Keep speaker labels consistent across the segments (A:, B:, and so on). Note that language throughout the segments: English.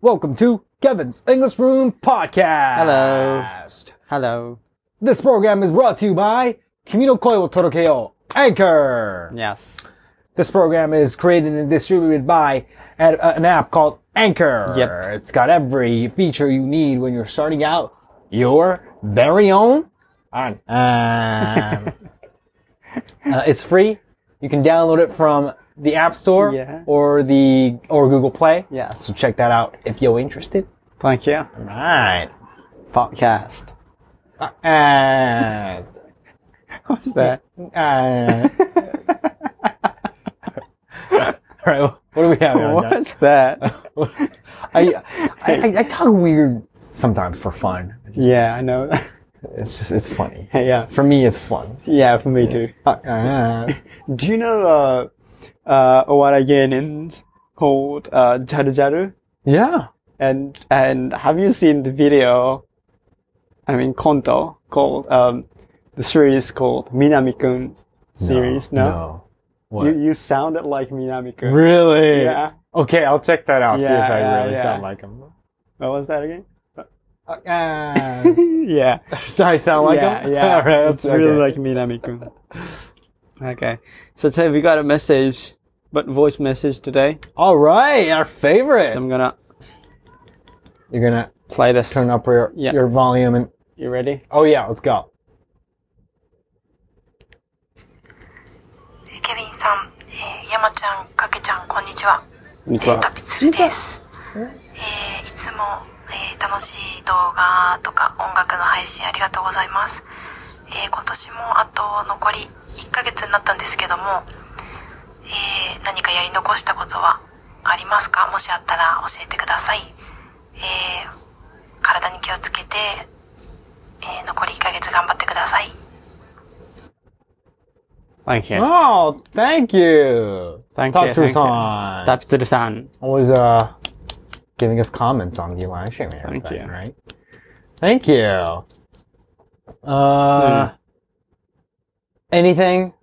A: Welcome to Kevin's English Room Podcast.
B: Hello. Hello.
A: This program is brought to you by Kimi no Koi wo Torokeo Anchor.
B: Yes.
A: This program is created and distributed by an, uh, an app called Anchor.
B: Yep.
A: It's got every feature you need when you're starting out your very own. on- Um, uh, it's free. You can download it from the App Store
B: Yeah.
A: or the or Google Play.
B: Yes.
A: So check that out if you're interested.
B: Thank you.
A: Right.
B: Podcast.
A: Uh,
B: What's that?
A: uh. All right. What do we have? here?
B: What's that?
A: I, I I talk weird sometimes for fun.
B: yeah, I know.
A: It's just it's funny.
B: yeah.
A: For me, it's fun.
B: Yeah, for me too.
A: Uh,
B: Do you know uh uh Owaragenin's called uh Jaru Jaru?
A: yeah.
B: And and have you seen the video I mean Konto called um the series called Minami Kun series, no?
A: What?
B: You you sounded like Minami Kun.
A: really?
B: Yeah.
A: Okay, I'll check that out. see
B: Yeah,
A: if I
B: yeah,
A: really
B: yeah.
A: sound like him.
B: What was that again?
A: Uh,
B: yeah.
A: I sound like
B: yeah,
A: him.
B: Yeah,
A: All right,
B: it's really like Minami-kun. okay, so today we got a message, but voice message today.
A: All right, our favorite.
B: So I'm gonna
A: You're gonna
B: play this.
A: turn up your
B: Yeah.
A: your volume and
B: You ready?
A: oh yeah, let's go.
C: ケビンさん、えー、山ちゃん、かけちゃん、こんにちは。えー、タ
B: Konnichiwa.
C: ピツルです。えー、いつも、えー、楽しい動画とか音楽の配信ありがとうございます。えー、今年もあと残り1ヶ月になったんですけども、えー、何かやり残したことはありますかもしあったら教えてください。えー、体に気をつけて、えー、残り1ヶ月頑張ってください。
B: Thank you.
A: Oh, thank you.
B: Thank you.
A: Talk
B: thank
A: through
B: you.
A: song.
B: Tatsuru-san.
A: always uh giving us comments on the live stream and
B: Thank
A: everything,
B: you.
A: right? Thank you. Uh,
B: Hmm.
A: anything?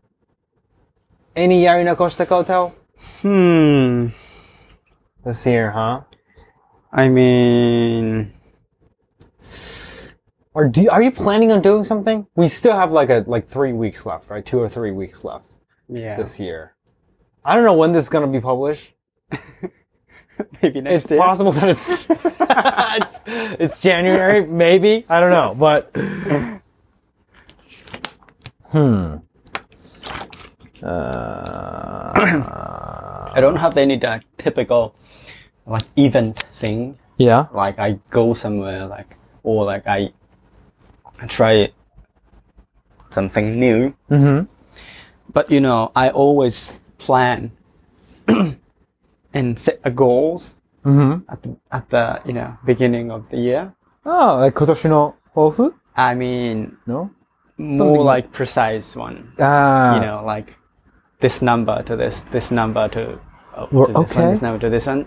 A: Any Yarina Costa Koto
B: Hmm.
A: this year, huh?
B: I mean,
A: Or do you, are you planning on doing something? We still have like a like three weeks left, right? Two or three weeks left
B: yeah.
A: this year. I don't know when this is gonna be published.
B: Maybe next
A: It's
B: year.
A: possible that it's, it's it's January, maybe. I don't know, but hmm.
B: I don't have any like, typical like event thing.
A: Yeah.
B: Like I go somewhere, like or like I I try something new.
A: Mm-hmm.
B: But you know, I always plan and set a goals
A: Mm-hmm.
B: at the, at the you know beginning of the year.
A: Oh, like 今年の抱負?
B: I mean,
A: No.
B: more
A: Something-
B: like precise one.
A: Ah.
B: You know, like this number to this, this number to, oh, to
A: Well,
B: this one,
A: okay.
B: this number to this one,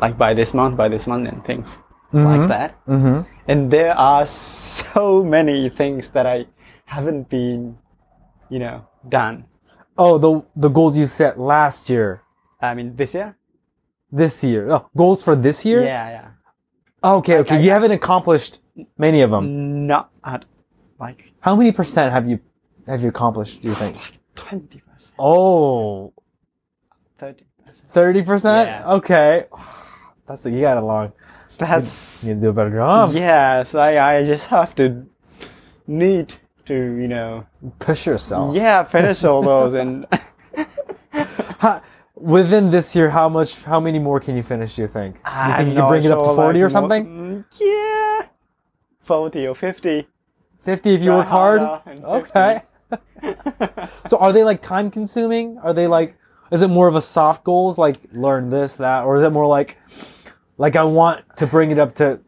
B: like by this month, by this month, and things like that.
A: Mm-hmm.
B: And there are so many things that I haven't been, you know, done.
A: Oh, the the goals you set last year,
B: I mean, this year.
A: this year. Oh, goals for this year?
B: Yeah, yeah.
A: Okay, okay.
B: I-
A: you haven't accomplished many of them.
B: Not at like
A: How many percent have you have you accomplished, do you think?
B: 20 percent,
A: Oh,
B: 30 percent.
A: Thirty percent.
B: Yeah.
A: Okay, that's you got it long.
B: That's
A: You need to do a better job.
B: yes. I I just have to need to you know
A: Push yourself.
B: yeah finish all those and
A: Ha- within this year, how much? How many more can you finish? Do you think? You
B: I'm
A: think you can bring
B: not
A: it up to
B: sure,
A: forty
B: like,
A: or something?
B: more- mm, yeah, forty or fifty.
A: Fifty if you
B: try
A: work hard.
B: harder and
A: Okay. so are they like time consuming? Are they like? Is it more of a soft goals like learn this that, or is it more like, like I want to bring it up to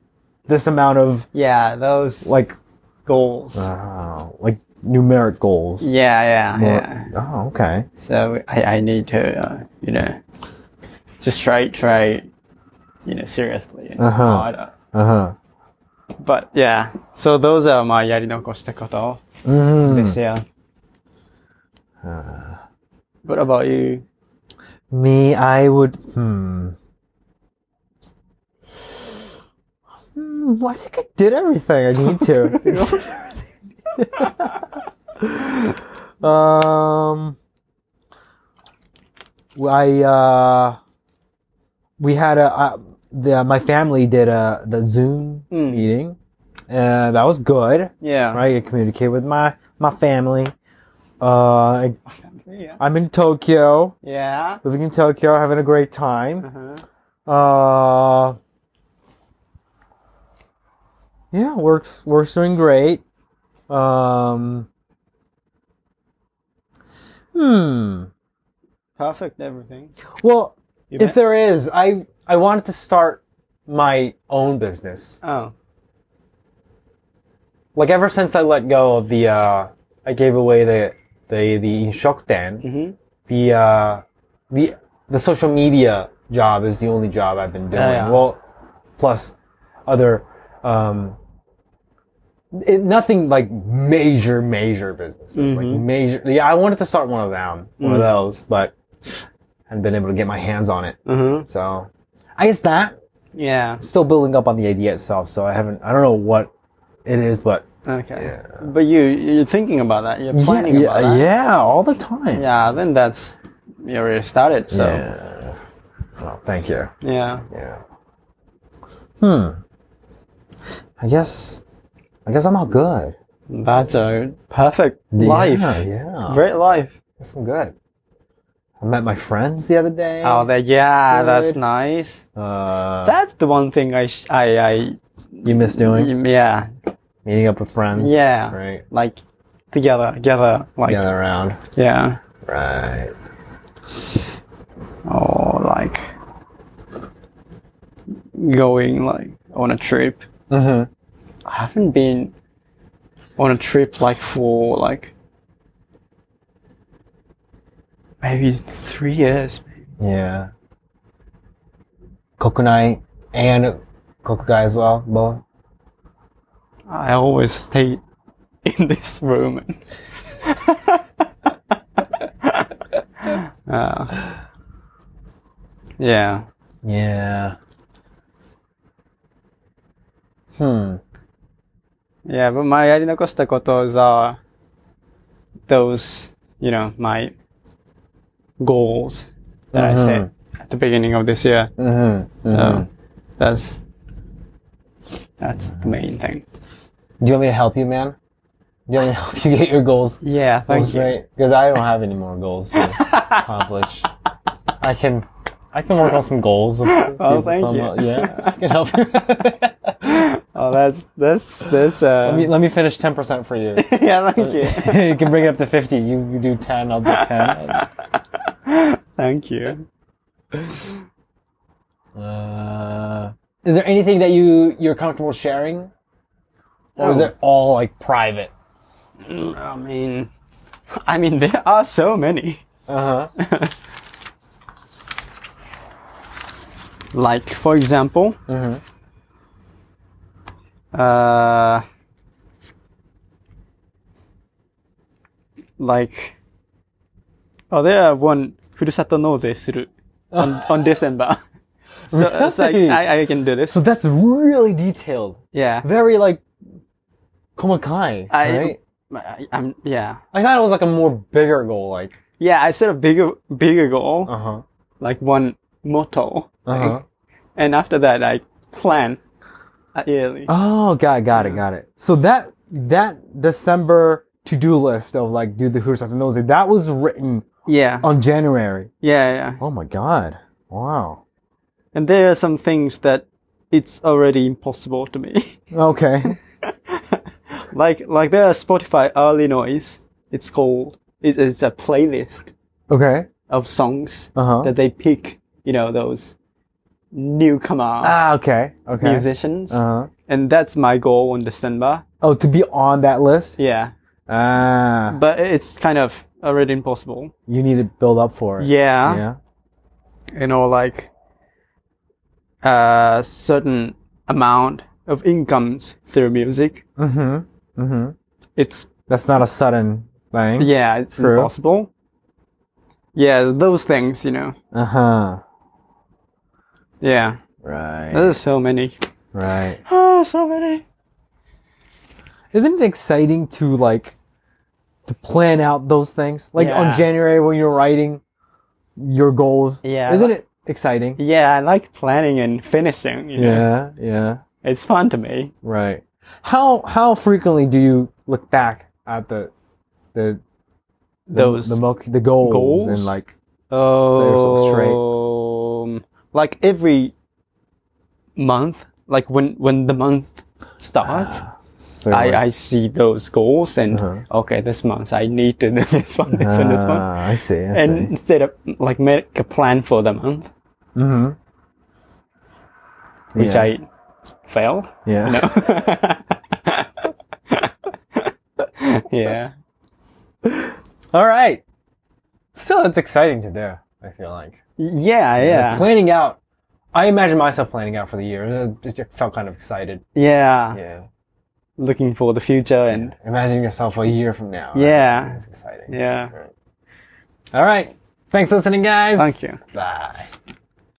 A: this amount of
B: Yeah, those like
A: like,
B: goals.
A: uh, like numeric goals?
B: yeah, yeah,
A: More-
B: yeah.
A: Oh, okay.
B: So I I need to uh, you know just try try you know seriously and
A: Uh-huh.
B: harder.
A: Uh huh.
B: But yeah, so those are my やり残したこと
A: Mm-hmm. Hmm.
B: this year.
A: Uh.
B: What about you?
A: Me, I would. Hmm. Mm, I think I did everything I need to. um, I uh, we had a uh, the, my family did a the Zoom
B: Mm.
A: meeting, uh, that was good.
B: Yeah.
A: Right, I communicate with my my family. Uh, I,
B: Yeah.
A: I'm in Tokyo,
B: Yeah.
A: living in Tokyo, having a great time.
B: Uh-huh.
A: Uh, yeah, works works doing great. Um, hmm.
B: Perfect everything.
A: Well,
B: You
A: if
B: bet.
A: there is, I I wanted to start my own business.
B: Oh.
A: Like ever since I let go of the, uh, I gave away the the the inshokten,
B: Mm-hmm.
A: the uh, the the social media job is the only job I've been doing.
B: Yeah, yeah.
A: Well, plus other um, it, nothing like major major businesses like
B: Mhm.
A: major. Yeah, I wanted to start one of them, one
B: Mm.
A: of those, but hadn't been able to get my hands on it.
B: Mm-hmm.
A: So I guess that
B: Yeah.
A: still building up on the idea itself. So I haven't. I don't know what it is, but
B: Okay.
A: Yeah.
B: But you you're thinking about that. You're
A: yeah,
B: planning about
A: yeah,
B: that.
A: yeah, all the time.
B: Yeah. Then that's you already started. So yeah.
A: Yeah. Oh, thank you. Yeah. Hmm. I guess. I guess I'm all good.
B: That's a perfect life.
A: Yeah. yeah.
B: Great life.
A: guess I'm good. I met my friends the other day.
B: Oh, that yeah. That's
A: Good.
B: nice.
A: Uh,
B: That's the one thing I sh- I I
A: you miss doing
B: yeah
A: meeting up with friends.
B: Yeah.
A: Right.
B: like together together like yeah.
A: Gather around. Right.
B: or Oh, like going like on a trip.
A: Mm-hmm.
B: I haven't been on a trip like for like maybe three years.
A: Yeah. Kokunai and kokugai as well. Both.
B: I always stay in this room. Uh, yeah.
A: Yeah. Hmm.
B: Yeah, but my やり残した kotos are those, you know, my goals that I set at the beginning of this year.
A: Mm-hmm.
B: So that's that's the main thing.
A: Do you want me to help you, man? Do you want me to help you get your goals?
B: Yeah, thank
A: Goals,
B: you.
A: right? Because I don't have any more goals to accomplish. I can, I can work on some goals.
B: Oh, thank you.
A: Yeah, I can help you.
B: Oh, that's that's that's uh.
A: let me let me finish ten percent for you.
B: yeah, thank you,
A: you can bring it up to fifty. You, you do ten. I'll do ten.
B: thank you.
A: Uh, is there anything that you you're comfortable sharing, or is
B: No.
A: it all like private?
B: I mean, I mean, there are so many.
A: Uh huh.
B: Like, for example,
A: hmm
B: uh, like, oh, there are one ふるさと納税する on, on December. So, so
A: Really?
B: I, I, I can do this.
A: So that's really detailed.
B: Yeah.
A: Very like, komakai,
B: I,
A: right?
B: I, am yeah.
A: I thought it was like a more bigger goal, like.
B: Yeah, I set a bigger, bigger goal,
A: Uh huh.
B: like one motto.
A: Uh huh.
B: And after that, I plan uh, yearly.
A: Oh, got got it, got it. So that that December to do list of like do the Hurusata Nose, that was written
B: yeah.
A: on January.
B: Yeah, yeah.
A: Oh my god. Wow.
B: And there are some things that it's already impossible to me.
A: Okay.
B: like like there are Spotify early noise. It's called it is a playlist
A: Okay.
B: of songs
A: Uh huh.
B: that they pick, you know, those newcomer
A: Ah, okay. Okay.
B: musicians.
A: Uh huh.
B: And that's my goal on December.
A: Oh, to be on that list.
B: Yeah.
A: Ah,
B: But it's kind of already impossible.
A: you need to build up for it.
B: Yeah.
A: Yeah.
B: You know, like a certain amount of incomes through music.
A: Mm-hmm. Mm-hmm.
B: It's
A: That's not a sudden thing.
B: Yeah, it's
A: True.
B: impossible. Yeah, those things, you know.
A: Uh huh.
B: Yeah,
A: Right.
B: there's so many.
A: Right.
B: Oh, so many.
A: Isn't it exciting to like to plan out those things? Like
B: Yeah.
A: on January when you're writing your goals.
B: Yeah.
A: Isn't it exciting?
B: Yeah, I like planning and finishing. You know?
A: Yeah, yeah.
B: It's fun to me.
A: Right. How how frequently do you look back at the the the,
B: Those
A: the, milk, the goals,
B: goals?
A: and like yourself straight.
B: Oh, like every month, like when when the month starts,
A: sort of
B: I,
A: like-
B: I see those goals and
A: Uh-huh.
B: okay, this month I need to do this one, this one, this one,
A: Ah, I see. I
B: and
A: see.
B: instead of like make a plan for the month,
A: Mm-hmm.
B: which
A: yeah.
B: I failed.
A: yeah.
B: No. yeah.
A: All right. Still, it's exciting to do. I feel like
B: Yeah,
A: Like,
B: yeah,
A: planning out. I imagine myself planning out for the year. Uh, It just felt kind of excited.
B: yeah.
A: Yeah.
B: Looking for the future and
A: Imagine yourself a year from now.
B: Yeah.
A: It's exciting.
B: yeah.
A: All right. Thanks for listening, guys.
B: Thank you.
A: Bye.